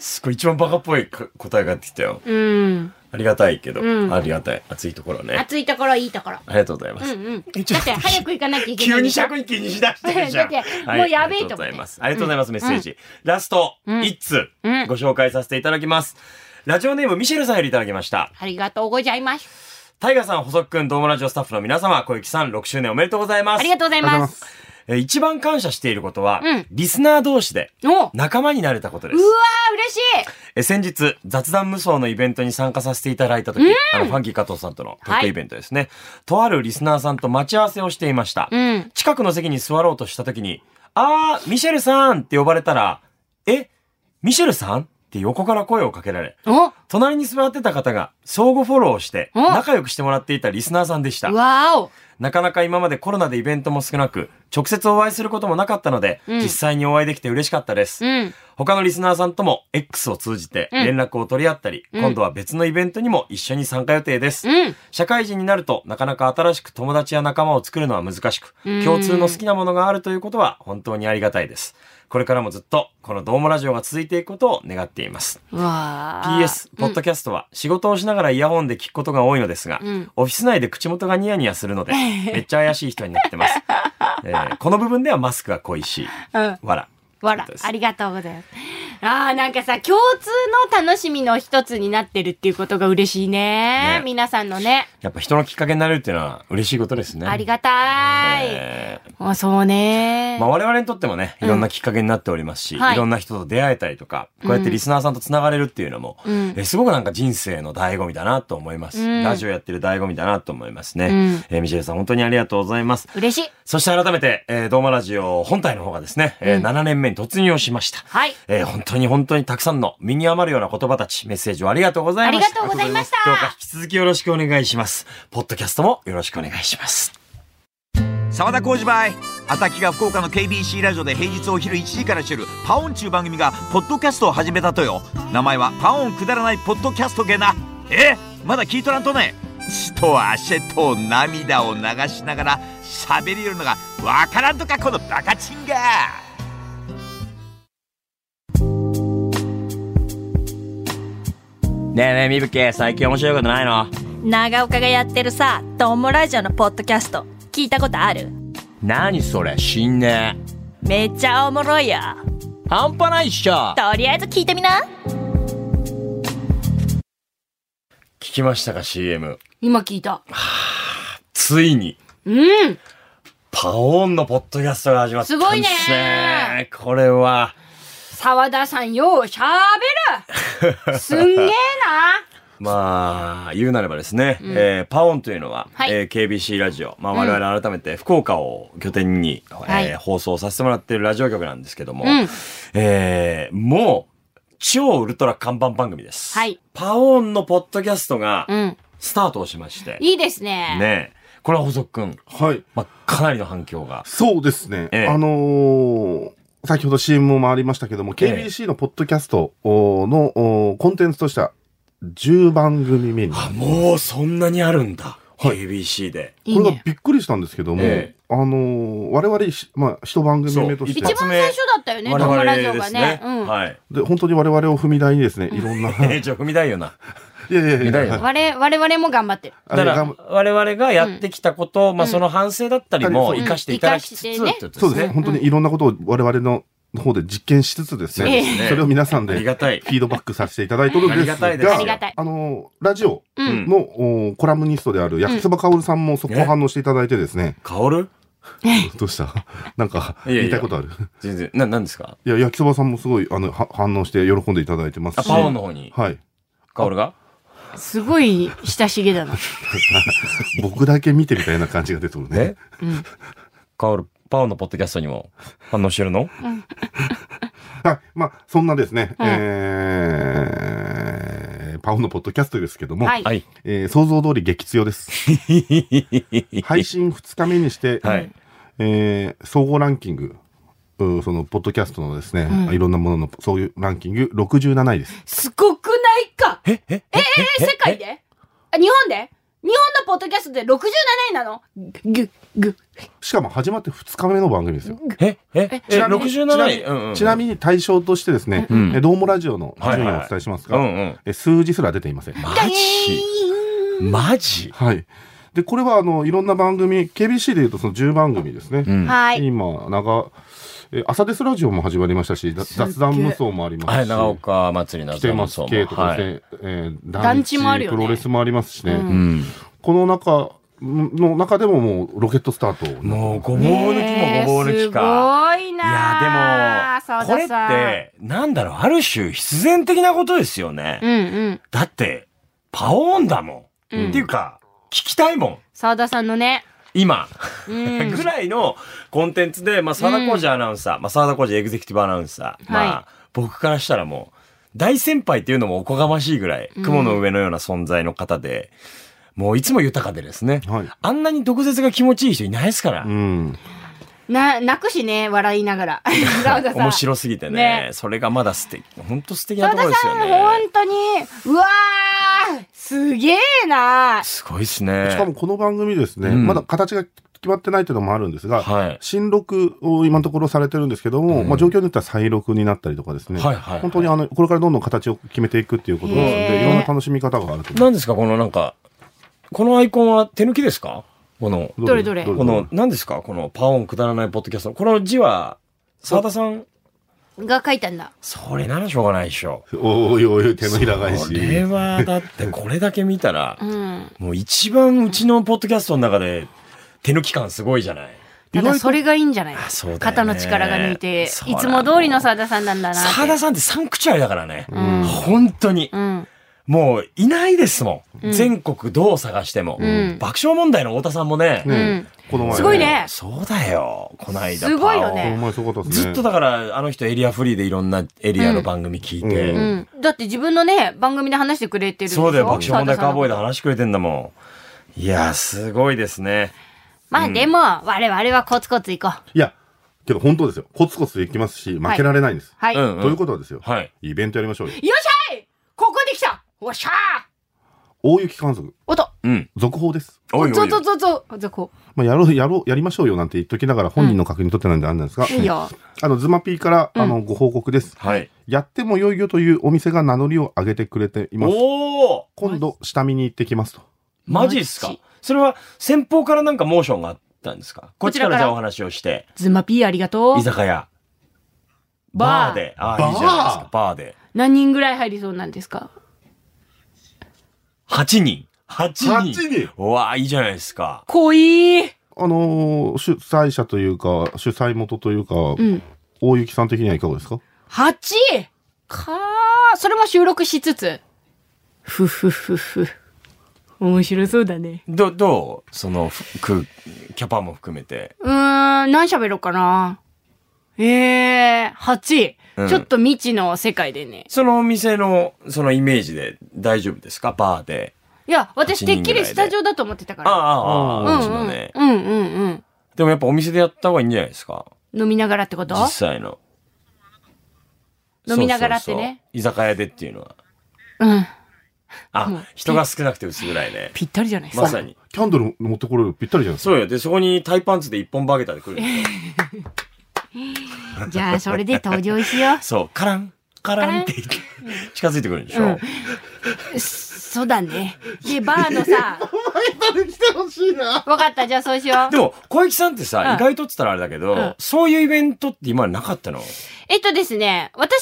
Speaker 2: すごい一番バカっぽいか答えがってきたよ。
Speaker 3: うん。
Speaker 2: ありがたいけど、
Speaker 3: うん
Speaker 2: ありがたい。熱いところね。
Speaker 3: 熱いところ、いいところ。
Speaker 2: ありがとうございま
Speaker 3: うん
Speaker 2: す。
Speaker 3: うん。だっ
Speaker 2: ちょっと
Speaker 3: て早く行かなきゃいけない。
Speaker 2: 急に尺に気にしだしてるじゃん。
Speaker 3: だって
Speaker 2: はい
Speaker 3: もうやべえ
Speaker 2: あり
Speaker 3: と
Speaker 2: がとうご
Speaker 3: 思っ
Speaker 2: ざ
Speaker 3: て
Speaker 2: います。ありがとうございます、メッセージ。ラスト、一通、
Speaker 3: うん
Speaker 2: ご紹介させていただきます。ラジオネーム、ミシェルさんよりいただきました。
Speaker 3: ありがとうございます。
Speaker 2: タイガさん、細くん、ドームラジオスタッフの皆様、小雪さん、6周年おめでとうございます。
Speaker 3: ありがとうございます。
Speaker 2: えー一番感謝していることは、
Speaker 3: うん
Speaker 2: リスナー同士で
Speaker 3: おうわ
Speaker 2: 仲間になれたことで
Speaker 3: ー、
Speaker 2: す。
Speaker 3: 嬉しい
Speaker 2: えー先日、雑談無双のイベントに参加させていただいたとき、あの、ファンキー加藤さんとのトークイベントですね、とあるリスナーさんと待ち合わせをしていました。
Speaker 3: うん
Speaker 2: 近くの席に座ろうとしたときに、あー、ミシェルさんって呼ばれたら、え、ミシェルさんって横から声をかけられ、
Speaker 3: おわ
Speaker 2: 隣に座ってた方が相互フォローをして、
Speaker 3: お
Speaker 2: 仲良くしてもらっていたリスナーさんでした。
Speaker 3: ーお
Speaker 2: なかなか今までコロナでイベントも少なく、直接お会いすることもなかったので、
Speaker 3: うん
Speaker 2: 実際にお会いできて嬉しかったです。
Speaker 3: うん。
Speaker 2: 他のリスナーさんとも X を通じて
Speaker 3: うん
Speaker 2: 連絡を取り合ったり、
Speaker 3: うん
Speaker 2: 今度は別のイベントにも一緒に参加予定です。
Speaker 3: うん。
Speaker 2: 社会人になるとなかなか新しく友達や仲間を作るのは難しく、
Speaker 3: うん
Speaker 2: 共通の好きなものがあるということは本当にありがたいです。これからもずっとこのドームラジオが続いていくことを願っています。
Speaker 3: うわー
Speaker 2: PS、ポッドキャストは仕事をしながらイヤホンで聞くことが多いのですが、
Speaker 3: うん
Speaker 2: オフィス内で口元がニヤニヤするの で、めっちゃ怪しい人になってます。えーこの部分ではマスクが恋しい。
Speaker 3: うん
Speaker 2: わら。
Speaker 3: わら
Speaker 2: ということで、す
Speaker 3: ありがとうございます。ああ、なんかさ、共通の楽しみの一つになってるっていうことが嬉しいね。
Speaker 2: ね
Speaker 3: 皆さんのね。
Speaker 2: やっぱ人のきっかけになれるっていうのは嬉しいことですね。
Speaker 3: ありがたい。
Speaker 2: えー
Speaker 3: あそうね、
Speaker 2: まあ我々にとってもね、いろんなきっかけになっておりますし、
Speaker 3: はい
Speaker 2: いろんな人と出会えたりとか、こうやってリスナーさんと繋がれるっていうのも、
Speaker 3: うん
Speaker 2: えすごくなんか人生の醍醐味だなと思います。
Speaker 3: うん
Speaker 2: ラジオやってる醍醐味だなと思いますね。
Speaker 3: うん
Speaker 2: えーミシェルさん本当にありがとうございます。
Speaker 3: 嬉しい。
Speaker 2: そして改めて、えー、ドーマラジオ本体の方がですね、えー
Speaker 3: うん
Speaker 2: 7年目に突入をしました。
Speaker 3: はい。
Speaker 2: えー本当に本当にたくさんの身に余るような言葉たち、メッセージをありがとうございました。
Speaker 3: ありがとうございました
Speaker 2: どうか引き続きよろしくお願いします。ポッドキャストもよろしくお願いします。
Speaker 5: 沢田浩二バイアタキが福岡の KBC ラジオで平日お昼1時から知る「パオン」ちゅう番組がポッドキャストを始めたとよ名前は「パオンくだらないポッドキャストゲな」えまだ聞いとらんとね血と汗と涙を流しながら喋りよるのがわからんとかこのバカチンが
Speaker 2: ねえねえ、みぶけ、最近面白いことないの
Speaker 6: 長岡がやってるさ、トモラジオのポッドキャスト、聞いたことある
Speaker 2: 何それ、死んねえ。
Speaker 6: めっちゃおもろいよ。
Speaker 2: 半端ないっしょ
Speaker 6: とりあえず聞いてみな。
Speaker 2: 聞きましたか、CM。
Speaker 3: 今聞いた。
Speaker 2: ついに、
Speaker 3: うん。
Speaker 2: パオーンのポッドキャストが始まったんです
Speaker 3: ごいね
Speaker 2: これは、
Speaker 3: 沢田さんようしゃ べるすんげえな
Speaker 2: まあ、言うなればですね、えーパオンというのは、
Speaker 3: はい
Speaker 2: えー KBC ラジオ、まあ、我々改めて福岡を拠点に、
Speaker 3: はい
Speaker 2: えー放送させてもらってるラジオ局なんですけども、
Speaker 3: ん
Speaker 2: えーもう、超ウルトラ看板番組です。
Speaker 3: はい
Speaker 2: パオンのポッドキャストが
Speaker 3: うん。
Speaker 2: スタートをしまして、
Speaker 3: いいですね。
Speaker 2: ねえこれは補足くん、
Speaker 4: はい。
Speaker 2: まあ、かなりの反響が。
Speaker 4: そうですね。
Speaker 2: ええ
Speaker 4: あのー先ほど CM もありましたけども、
Speaker 2: ええ
Speaker 4: KBC のポッドキャストおーのおーコンテンツとした10番組目に。
Speaker 2: あ、もうそんなにあるんだ。
Speaker 4: はい
Speaker 2: KBC で。
Speaker 3: いい
Speaker 4: これが
Speaker 3: ね。
Speaker 4: びっくりしたんですけども、
Speaker 2: ええ
Speaker 4: あのー我々し、まあ、一番組目とし
Speaker 2: 一
Speaker 4: て
Speaker 3: 一
Speaker 2: 発
Speaker 3: 番
Speaker 2: 目
Speaker 3: 最初だったよね、ト
Speaker 2: 我
Speaker 3: モラジ
Speaker 2: 々
Speaker 3: オ
Speaker 2: で
Speaker 3: が
Speaker 2: す
Speaker 3: ね
Speaker 2: ね。。
Speaker 3: うん。
Speaker 2: はい。
Speaker 4: で、本当に我々を踏み台にですね、いろんな。
Speaker 2: えー、じゃあ踏み台よな。
Speaker 4: いやいやい
Speaker 2: 見た
Speaker 4: や
Speaker 2: い
Speaker 4: い
Speaker 2: な
Speaker 4: や、
Speaker 3: 我我々も頑張ってる。
Speaker 4: あ
Speaker 2: だ
Speaker 4: れ
Speaker 2: か
Speaker 4: が
Speaker 2: ら、我々がやってきたことを、まあ、その反省だったりも、
Speaker 4: うん
Speaker 2: 生かしていただきつつ、
Speaker 3: うん
Speaker 2: ってこと
Speaker 4: そうですね。。本当にいろんなことを我々の方で実験しつつです
Speaker 3: そうで
Speaker 4: ね、
Speaker 3: す
Speaker 2: ね
Speaker 4: それを皆さん
Speaker 2: あ
Speaker 4: で
Speaker 2: りがたい
Speaker 4: フ。ィードバックさせていただいてるんです
Speaker 2: あ
Speaker 4: が、
Speaker 2: りがたいですよあ
Speaker 3: りがたい
Speaker 4: あのーラジオ
Speaker 3: うん。
Speaker 4: の、おーコラムニストである焼きそばかおるさんもそこを反応していただいてですね、
Speaker 2: 香る
Speaker 4: どう したなんか
Speaker 2: いやいや
Speaker 4: 言いたいことある
Speaker 2: 全然。な、何ですか
Speaker 4: いや、焼きそばさんもすごいあのは反応して喜んでいただいてます
Speaker 2: あ、
Speaker 4: し。
Speaker 2: パオンの方に。
Speaker 4: はい。
Speaker 2: 香るが
Speaker 3: すごい親しげだな。
Speaker 4: 僕だけ見てみたいな感じが出てるね。
Speaker 3: うん。
Speaker 2: 香る、パオンのポッドキャストにも反応してるの
Speaker 4: はい。まあ、そんなですね、
Speaker 3: うん
Speaker 4: えー、パオのポッドキャストですけども、
Speaker 3: はい。
Speaker 2: はい。
Speaker 4: えー想像通り激強 です。配信2日目にして、
Speaker 2: はい。
Speaker 4: えー総合ランキング、うんその、ポッドキャストのですね、いろんなものの、そういうランキング67位です。
Speaker 3: すごくないかえ、え、え、え、世界であ、日本で日本のポッドキャストで67位なのぐ、ぐ、
Speaker 4: しかも始まって2日目の番組ですよ。
Speaker 2: え、え、え、
Speaker 4: ちな
Speaker 2: 67
Speaker 4: み
Speaker 2: 位
Speaker 4: に
Speaker 2: うんうん。
Speaker 4: ちなみに対象としてですね、
Speaker 2: ん
Speaker 4: えどうもラジオの
Speaker 2: はい
Speaker 4: 順
Speaker 2: はいは
Speaker 4: 位
Speaker 2: い
Speaker 4: をお伝えしますが、
Speaker 2: うんうん。
Speaker 4: え数字すら出ていません。
Speaker 2: マジマジ
Speaker 4: はい。で、これはあの、いろんな番組、KBC でいうとその10番組ですね。
Speaker 2: うん。
Speaker 3: はい。
Speaker 4: 今、長、え朝ですラジオも始まりましたし、だ雑談無双もありますし。
Speaker 2: はい、長岡祭りの
Speaker 4: 来てます系とか
Speaker 2: は
Speaker 4: で
Speaker 2: い。
Speaker 4: すね、えー
Speaker 3: 団地もあるよね
Speaker 4: プロレスもありますしね。
Speaker 2: うん。
Speaker 4: この中、の中でももうロケットスタート。
Speaker 2: もう、ごぼう抜きもごぼう抜きか。
Speaker 3: えーすごい
Speaker 2: いや
Speaker 3: な
Speaker 2: でも、これっ、て、なんだろう、ある種必然的なことですよね。
Speaker 3: うんうん。
Speaker 2: だって、パオーンだもん。
Speaker 3: うん
Speaker 2: っていうか、聞きたいもん。
Speaker 3: 沢田さんのね。
Speaker 2: 今、
Speaker 3: う
Speaker 2: ぐ
Speaker 3: ん。
Speaker 2: らいのコンテンツで、まあ、沢田浩二アナウンサー、まあ、沢田浩二エグゼクティブアナウンサー、ま
Speaker 3: は
Speaker 2: あ、僕からしたらもう、大先輩っていうのもおこがましいぐらい、雲の上のような存在の方で、もういつも豊かでですね。
Speaker 4: はい。
Speaker 2: あんなに毒舌が気持ちいい人いないですから。
Speaker 4: うん。
Speaker 3: な、泣くしね、笑いな がら。沢田さん。
Speaker 2: 面白すぎてね
Speaker 3: ね
Speaker 2: それがまだ素敵。本当素敵な
Speaker 3: 沢
Speaker 2: ところで
Speaker 3: 田
Speaker 2: す
Speaker 3: さ
Speaker 2: よ
Speaker 3: ん、
Speaker 2: ね。
Speaker 3: 本当に、うわーすげえな
Speaker 2: すごいですね。
Speaker 4: しかもこの番組ですね、
Speaker 2: うん
Speaker 4: まだ形が決まってないというのもあるんですが、
Speaker 2: はい
Speaker 4: 新録を今のところされてるんですけども、まあ、状況によっては再録になったりとかですね、
Speaker 2: はいはいはい
Speaker 4: 本当にあのこれからどんどん形を決めていくっていうことなの
Speaker 3: へー
Speaker 4: で、いろんな楽しみ方があると思
Speaker 2: 何ですかこのなんか、このアイコンは手抜きですかこの、
Speaker 4: う
Speaker 3: どれどれ
Speaker 2: この、何ですかこのパオンくだらないポッドキャスト。この字は、沢田さん、
Speaker 3: が書いたんだ。
Speaker 2: それならしょうがないでしょ。
Speaker 4: おいおい、手のひら返
Speaker 2: これ
Speaker 4: し。
Speaker 2: は、だってこれだけ見たら
Speaker 3: う、ん。
Speaker 2: もう一番うちのポッドキャストの中で手抜き感すごいじゃない。
Speaker 3: た
Speaker 4: 意外
Speaker 3: だ
Speaker 4: と
Speaker 3: それがいいんじゃない
Speaker 2: あそうだよね
Speaker 3: 肩の力が抜いて、
Speaker 2: そ
Speaker 3: い
Speaker 2: ら
Speaker 3: つも通りの沢田さんなんだなって。
Speaker 2: 沢田さんってサンクチュアリだからね。
Speaker 3: ん
Speaker 2: 本当に。
Speaker 3: うん。
Speaker 2: もういないですもん。
Speaker 3: ん
Speaker 2: 全国どう探しても。
Speaker 3: ん
Speaker 2: 爆笑問題の太田さんもね。
Speaker 4: ね
Speaker 3: うん
Speaker 4: この前、
Speaker 3: すごいね
Speaker 2: そうだよ。こないだ。
Speaker 3: すごいよね
Speaker 4: この前すごかったです
Speaker 2: ず
Speaker 4: ね。
Speaker 2: っとだから、あの人エリアフリーでいろんなエリアの番組聞いて。
Speaker 4: うん
Speaker 3: うん。だって自分のね、番組で話してくれてるでしょ
Speaker 2: そうだよ、爆笑問題カーボーイで
Speaker 3: 沢田さんの
Speaker 2: 話してくれてんだもん。いやー、すごいですね。
Speaker 3: まあでも、我々はコツコツ行こう。
Speaker 4: いや、けど本当ですよ。コツコツいきますし、負けられないんです。
Speaker 3: はい。
Speaker 2: うん
Speaker 4: ということはですよ、
Speaker 2: はい。
Speaker 4: イベントやりましょうよ。
Speaker 3: よっしゃいここできたおっしゃー
Speaker 4: 大雪観測、
Speaker 3: おっと、
Speaker 2: うん。
Speaker 4: 続報です。
Speaker 2: おい
Speaker 3: お
Speaker 2: お
Speaker 3: っ
Speaker 2: い
Speaker 3: とっとっとっと、じゃあこ
Speaker 4: まあ、やろう、やろう、やりましょうよなんて言っときながら本人の確認取ってないんであれなんですが、
Speaker 3: う、いいよ。
Speaker 4: あの、ズマピーから、あの、ご報告です。
Speaker 2: はい。
Speaker 4: やってもよいよというお店が名乗りを上げてくれています。
Speaker 2: おお
Speaker 4: 今度、下見に行ってきますと。
Speaker 2: マジっす
Speaker 3: マ
Speaker 2: か
Speaker 3: ジ
Speaker 2: それは先方からなんかモーションがあったんですかこっちから
Speaker 3: こちらから
Speaker 2: じゃあお話をして、
Speaker 3: ズマピーありがとう
Speaker 2: 居。酒屋。
Speaker 3: バー
Speaker 2: バーで。あ
Speaker 4: バー
Speaker 2: あ、いいじゃないですか。バーで。
Speaker 3: 何人ぐらい入りそうなんですか
Speaker 2: 8人。8人。
Speaker 4: 8人
Speaker 2: うわあ、いいじゃないですか。
Speaker 3: 濃い
Speaker 4: あのー主催者というか、主催元というか、
Speaker 3: うん。
Speaker 4: 大雪さん的にはいかがですか
Speaker 3: 八かー。それも収録しつつ。ふふふふ。面白そうだね。
Speaker 2: ど、どうその、ふく、キャパも含めて。
Speaker 3: うーん、何喋ろうかな。ええー、8、
Speaker 2: うん
Speaker 3: ちょっと未知の世界でね。
Speaker 2: そのお店の、そのイメージで大丈夫ですかバーで。
Speaker 3: いや、私、
Speaker 2: 8
Speaker 3: てっ
Speaker 2: 人ぐ
Speaker 3: きり
Speaker 2: らいで
Speaker 3: スタジオだと思ってたか
Speaker 2: ああ、
Speaker 3: ら。
Speaker 2: ああ、ああ、うち
Speaker 3: うん
Speaker 2: の
Speaker 3: うん、
Speaker 2: ね。
Speaker 3: うんうん
Speaker 2: でもやっぱお店でやった方がいいんじゃないですか
Speaker 3: うん。飲みながらってこと
Speaker 2: 実際の。
Speaker 3: 飲みながらってね
Speaker 2: そうそうそう。居酒屋でっていうのは。
Speaker 3: うん。もう
Speaker 2: あ、人が少なくて薄暗いね。
Speaker 3: ぴったりじゃないですか。
Speaker 2: まさ に。
Speaker 4: キャンドル持ってこれるぴったりじゃないですか。
Speaker 2: そうよ。で、そこにタイパンツで一本バーゲタで来る。
Speaker 3: じゃあ、それで登場しよ
Speaker 2: そう。カラン、カランって言って近づいてくるんでしょ、
Speaker 3: うん う。そうだね。で、バーのさ、
Speaker 4: 来てほしいな。
Speaker 3: わかった、じゃあそうしよう
Speaker 2: で。も、小雪さんってさ、
Speaker 3: うん
Speaker 2: 意外とって言ったらあれだけど、
Speaker 3: ん
Speaker 2: そういうイベントって今までなかったの
Speaker 3: えっとですね、私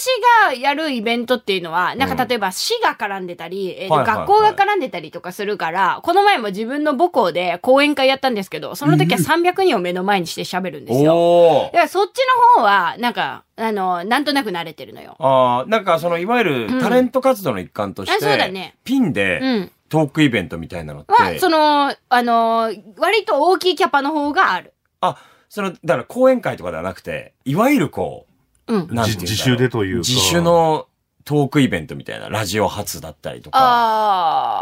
Speaker 3: がやるイベントっていうのは、なんか例えば市が絡んでたり、えっと
Speaker 2: はいはいはい
Speaker 3: 学校が絡んでたりとかするから、この前も自分の母校で講演会やったんですけど、その時は300人を目の前にして喋るんですよ。
Speaker 2: お
Speaker 3: だからそっちの方は、なんか、あの、なんとなく慣れてるのよ。
Speaker 2: ああ、なんかその、いわゆるタレント活動の一環として、
Speaker 3: うんあそうだね
Speaker 2: ピン
Speaker 3: う
Speaker 2: で
Speaker 3: ん。
Speaker 2: トークイベントみたいなのって、
Speaker 3: は、その、あの、割と大きいキャパの方がある。
Speaker 2: あ、その、だから講演会とかではなくて、いわゆるこ
Speaker 3: う
Speaker 2: う、
Speaker 3: ん。
Speaker 2: なんてい
Speaker 4: 自
Speaker 2: うんだろう
Speaker 4: 自主でというか。
Speaker 2: 自主。のトークイベントみたいな、ラジオ発だったりとか、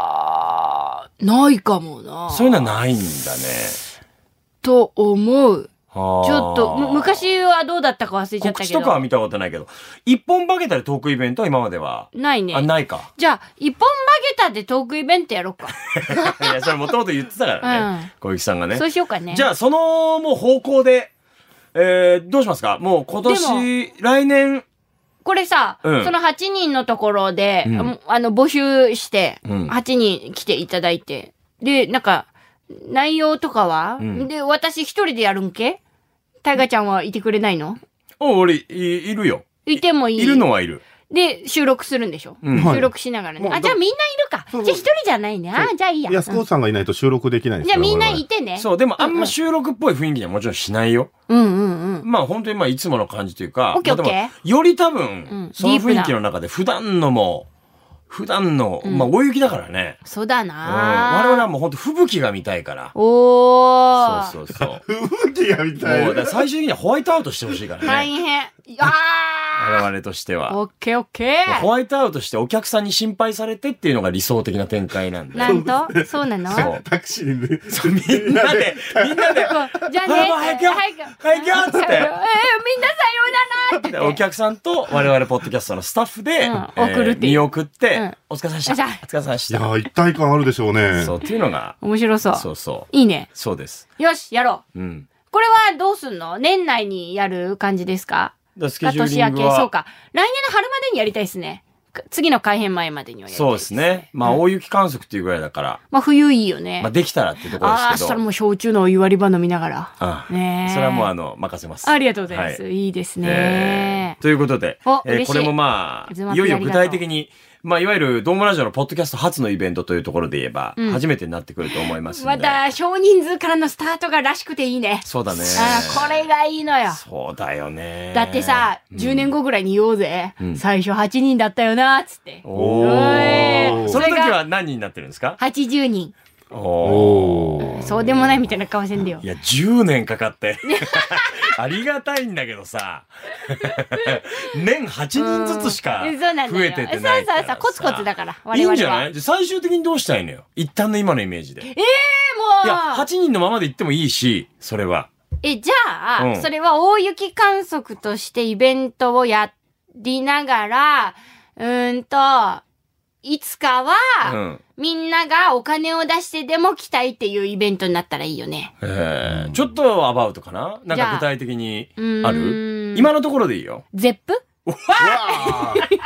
Speaker 3: あー、ないかもな。
Speaker 2: そういうのはないんだね。
Speaker 3: と思う。
Speaker 2: ちょ
Speaker 3: ちょっと、む昔はどうだったか忘れちゃった
Speaker 2: 告
Speaker 3: け
Speaker 2: 知
Speaker 3: ど。
Speaker 2: とかは見たことないけど、一本化けたりトークイベントは今までは、
Speaker 3: ないね
Speaker 2: あ、。ないか。
Speaker 3: じゃあ、一本曲げたでトークイベントやろうか。
Speaker 2: いや、それもともと言ってたからね。小雪さんがね。
Speaker 3: そうしようかね。
Speaker 2: じゃあ、その、もう方向で、えー、どうしますかもう今年、来年、
Speaker 3: これさ、
Speaker 2: うん
Speaker 3: その8人のところで、
Speaker 2: うん
Speaker 3: あの、募集して、
Speaker 2: うん
Speaker 3: 8人来ていただいて。で、なんか、内容とかは、
Speaker 2: ん
Speaker 3: で、私一人でやるんけタイガちゃんはいてくれないの
Speaker 2: お俺、いいるよ。
Speaker 3: いてもいい
Speaker 2: いるのはいる。
Speaker 3: で、収録するんでしょ、
Speaker 2: うん
Speaker 4: はい
Speaker 3: 収録しながらね。
Speaker 4: もう
Speaker 3: あ、じゃあみんないるか。じゃあ一人じゃないね。あ、じゃあいいや。
Speaker 4: 安子さんがいないと収録できないん
Speaker 3: うん
Speaker 4: です
Speaker 3: じゃあ
Speaker 4: よ
Speaker 3: みんな
Speaker 4: 我々
Speaker 3: いてね。
Speaker 2: そう、でもあんま収録っぽい雰囲気にはもちろんしないよ。
Speaker 3: うんうんうん。
Speaker 2: まあ本当にまあいつもの感じというか、
Speaker 3: オッケー
Speaker 2: まあでも
Speaker 3: オッケ
Speaker 2: より多
Speaker 3: うん
Speaker 2: 分、その雰囲気の中で普段のも、普段の、まあ大雪だからね。
Speaker 3: そうだ
Speaker 2: うん、
Speaker 3: な
Speaker 2: 我々はもう本当吹雪が見たいから。
Speaker 3: おー。
Speaker 2: そうそうそう。
Speaker 4: 吹雪がみたい
Speaker 2: もうだから
Speaker 4: な
Speaker 2: 最終的にはホワイトアウトしてほしいから
Speaker 3: 大
Speaker 2: ね。
Speaker 3: 変。いや
Speaker 2: 我
Speaker 3: ー
Speaker 2: 々としては。
Speaker 3: オッケーオッケ
Speaker 2: ホ
Speaker 3: ー。
Speaker 2: ワイトアウトしてお客さんに心配されてっていうのが理想的な展開なんで。
Speaker 3: なんとそうなの
Speaker 2: そう。
Speaker 4: タクシー で。
Speaker 2: そう みんなで、みんなで、
Speaker 3: じゃあね。
Speaker 2: ほらもう早くよ早くよっつって
Speaker 3: えーみん なさようなら
Speaker 2: お
Speaker 3: って言って。
Speaker 2: 客さんと我々ポッドキャストのスタッフで、
Speaker 3: うん
Speaker 2: えー
Speaker 3: 送るっていう
Speaker 2: 見送って、
Speaker 3: うん
Speaker 2: お疲れ様でした。お
Speaker 3: じゃあ
Speaker 2: 疲れ様でし
Speaker 4: いや
Speaker 2: た。
Speaker 4: ー、一体感あるでしょうね。
Speaker 2: そう、っていうのが、
Speaker 3: 面白そう。
Speaker 2: そうそう。
Speaker 3: いいね。
Speaker 2: そうです。
Speaker 3: よし、やろう。
Speaker 2: うん。
Speaker 3: これはどうすんの年内にやる感じですか
Speaker 2: だからスケ
Speaker 3: あ
Speaker 2: ジュー
Speaker 3: 年
Speaker 2: リ
Speaker 3: 明
Speaker 2: ン
Speaker 3: け
Speaker 2: グ、は。
Speaker 3: そうか。来年の春までにやりたいですね。か次の改編前までにはやりたい
Speaker 2: そうです。ね。まあ、大雪観測っていうぐらいだから、
Speaker 3: まあ冬いいよね
Speaker 2: まあ、。できたらっていうところ
Speaker 3: ああー、
Speaker 2: です
Speaker 3: そした
Speaker 2: け
Speaker 3: ら
Speaker 2: ど。
Speaker 3: もう焼酎のお湯割り場飲みながら。
Speaker 2: あ
Speaker 3: ねえ
Speaker 2: それはもう、あの、任せます。
Speaker 3: ありがとうございます。、
Speaker 2: はい
Speaker 3: いです
Speaker 2: え
Speaker 3: ね
Speaker 2: ー。ということで、え
Speaker 3: お嬉しい
Speaker 2: ーこれもま
Speaker 3: ズマ
Speaker 2: あ、
Speaker 3: ピ
Speaker 2: いよ
Speaker 3: ー
Speaker 2: い
Speaker 3: あ
Speaker 2: よ
Speaker 3: りが
Speaker 2: 具
Speaker 3: とう
Speaker 2: 体的に、まあ、いわゆる、ドームラジオのポッドキャスト初のイベントというところで言えば、
Speaker 3: うん
Speaker 2: 初めてになってくると思いますんで。
Speaker 3: また少人数からのスタートがらしくていいね。
Speaker 2: そうだね。
Speaker 3: あーこれがいいのよ。
Speaker 2: そうだよね。
Speaker 3: だってさ、10年後ぐらいに言おうぜ。
Speaker 2: ん
Speaker 3: 最初8人だったよな、つって。
Speaker 2: お
Speaker 3: ー
Speaker 2: その時
Speaker 3: それ
Speaker 2: は何人になってるんですか
Speaker 3: 80人。
Speaker 2: おお。
Speaker 4: おー
Speaker 3: そうでもないみたいな顔せんでよ
Speaker 2: い。や、10年かかって。 ありがたいんだけどさ。 年8人ずつしか
Speaker 3: うんそうなんだよ
Speaker 2: 増えてってないから
Speaker 3: そうそうそうコツコツだから我
Speaker 2: い
Speaker 3: 々はい
Speaker 2: んじゃないじゃあ最終的にどうしたいのよ。一旦の今のイメージで。い
Speaker 3: えー、
Speaker 2: や、
Speaker 3: も
Speaker 2: 8
Speaker 3: う
Speaker 2: 人のままで行ってもいいし、それは。
Speaker 3: え、じゃあ、
Speaker 2: うん
Speaker 3: それは大雪観測としてイベントをやりながら、うーんと、いつかは、
Speaker 2: うん
Speaker 3: みんながお金を出してでも来たいっていうイベントになったらいいよね。
Speaker 2: えーちょっとアバウトかななん
Speaker 3: じゃ
Speaker 2: か
Speaker 3: あ
Speaker 2: 具体的に
Speaker 3: うーん
Speaker 2: ある今のところでいいよ。
Speaker 6: ゼップ
Speaker 4: わー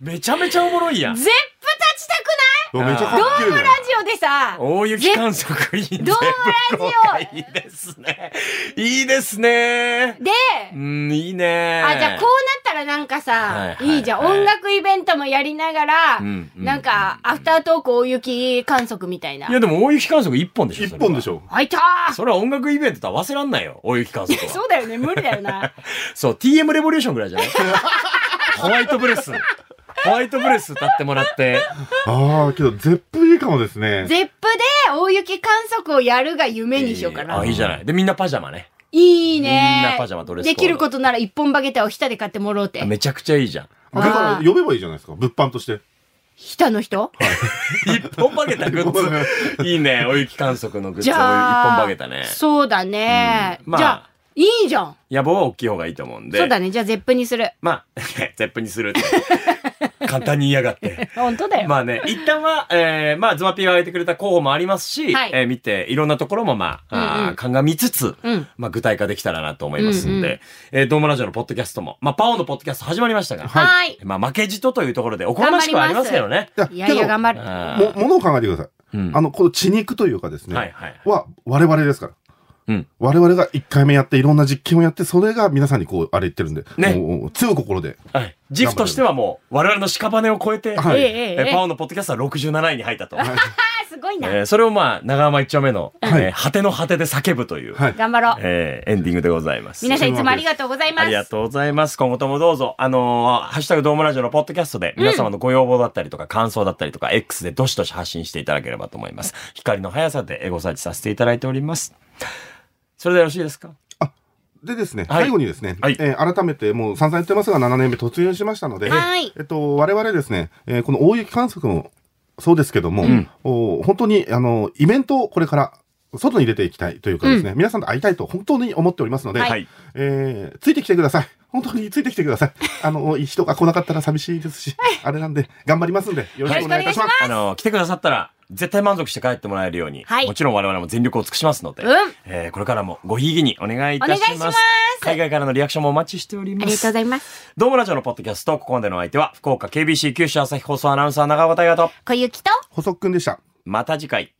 Speaker 2: めちゃめちゃおもろいやん。
Speaker 3: 絶プ立ちたく
Speaker 4: うわめっちゃかっけえね
Speaker 3: ないラジオでさ、
Speaker 2: 大雪観測いいん
Speaker 3: ドームラジ
Speaker 2: いいですね。いいですね。
Speaker 3: で、
Speaker 2: うん、いいね。
Speaker 3: あ、じゃあこうなったらなんか
Speaker 2: はい
Speaker 3: さ
Speaker 2: は、いはい
Speaker 3: いいじゃん。音楽イベントもやりながら、
Speaker 2: んうん
Speaker 3: なんか、アフタートーク大雪観測みたいな。
Speaker 2: いやでも大雪観測一本でしょ。そ
Speaker 4: 一
Speaker 2: れは
Speaker 4: 本でし。ょ。
Speaker 3: あいたー
Speaker 2: それは音楽イベントと合わせらんないよ。大雪観測は。
Speaker 3: そうだよね、無理だ よな。
Speaker 2: そう、TM レボリューションぐらい じゃないホワイトブレス。ホワイトブレス歌ってもらって。
Speaker 4: ああ、けど、絶プいいかもですね。
Speaker 3: ゼップで大雪観測をやるが夢にしようかな
Speaker 2: あ、。いいじゃない。で、みんなパジャマね。
Speaker 3: い
Speaker 2: み
Speaker 3: い
Speaker 2: ん
Speaker 3: ね
Speaker 2: なパジャマドレスコー
Speaker 3: で
Speaker 2: ド
Speaker 3: きることなら一本バゲタを日田で買ってもろうて。
Speaker 2: めちゃくちゃいいじゃん。
Speaker 4: だから、呼べばいいじゃないですか。物販として。
Speaker 3: 日田の人
Speaker 2: 一本バゲたグッ ズ。いいね。大雪観測のグッズ
Speaker 3: じ
Speaker 2: を一本
Speaker 3: ゃあ。
Speaker 2: バゲたね。
Speaker 3: そうだね。
Speaker 2: うんまあ
Speaker 3: じゃあ、いいじゃん。
Speaker 2: 野望は大きい方がいいと思うんで。
Speaker 3: そうだね。じゃあ、絶プにする。
Speaker 2: まあ、 絶プにするって。簡単に言いやが って。
Speaker 3: 本当だよ。
Speaker 2: まあね、一旦は、えー、まあ、ズマピーが挙げてくれた候補もありますし、
Speaker 3: はい
Speaker 2: えー見て、いろんなところもまあ、あー
Speaker 3: うんうん
Speaker 2: 鑑みつつ、
Speaker 3: うん
Speaker 2: まあ、具体化できたらなと思いますんで、
Speaker 3: うんうん
Speaker 2: えー、ドームラジオのポッドキャストも、まあ、パオのポッドキャスト始まりましたが、
Speaker 3: はーい。
Speaker 2: まあ、負けじとというところで、おこがましくはありますけどね。
Speaker 3: いやいや、頑張る。
Speaker 2: あ
Speaker 4: も、ものを考えてください。
Speaker 2: ーうん
Speaker 4: あの、この血肉というかですね。
Speaker 2: はいはい。
Speaker 4: は、我々ですから。
Speaker 2: うん
Speaker 4: 我々が1回目やって、いろんな実験をやって、それが皆さんにこう、あれ言ってるんで。
Speaker 2: ね
Speaker 4: もう強い心で。
Speaker 2: はい。軸としてはもう、我々の屍を超えて、
Speaker 4: はい
Speaker 3: えええ
Speaker 2: え
Speaker 3: ええ
Speaker 2: ー、
Speaker 3: え。
Speaker 2: パ
Speaker 3: あ
Speaker 2: オのポッドキャストは67位に入ったと。
Speaker 3: ー、すごい
Speaker 2: え
Speaker 3: な。
Speaker 2: ー、それをまあ、長浜一丁目の、
Speaker 4: はい
Speaker 2: えー果ての果てで叫ぶという、
Speaker 4: はい。
Speaker 3: 頑張ろう。
Speaker 2: えー、エンディングでございます。
Speaker 3: 皆さんいつもありがとうございます。
Speaker 2: ありがとうございます。今後ともどうぞ、あのーハッシュタグドームラジオのポッドキャストで、皆様のご要望だったりとか、感想だったりとか、X でどしどし発信していただければと思います。光の速さでごサーチさせていただいております。それでよろしいですか
Speaker 4: でですね、
Speaker 2: はい
Speaker 4: 最後にですね、
Speaker 2: はい
Speaker 4: えー改めてもう散々言ってますが、7年目突入しましたので、
Speaker 3: はい
Speaker 4: えっと、我々ですね、えーこの大雪観測もそうですけども、お本当に、あの、イベントをこれから外に出ていきたいというかですね、皆さんと会いたいと本当に思っておりますので、
Speaker 2: はいはい
Speaker 4: えーついてきてください。本当についてきてくだ さい。あの、人が来なかったら寂しいですし、あれなんで、頑張りますんで、よろしくお願いいたします。
Speaker 2: あのー来てくださったら、絶対満足して帰ってもらえるように、
Speaker 3: はい
Speaker 2: もちろん我々も全力を尽くしますので、
Speaker 3: うん
Speaker 2: えーこれからもごひいきにお願いいたします。
Speaker 3: お願いします
Speaker 2: 海外からのリアクションもお待ちしております。
Speaker 3: ありがとうございます。
Speaker 2: ドームラジオのポッドキャスト、ここまでのお相手は、福岡 KBC 九州朝日放送アナウンサー長岡大和と、
Speaker 3: 小雪と、
Speaker 4: 補足くんでした。
Speaker 2: また次回。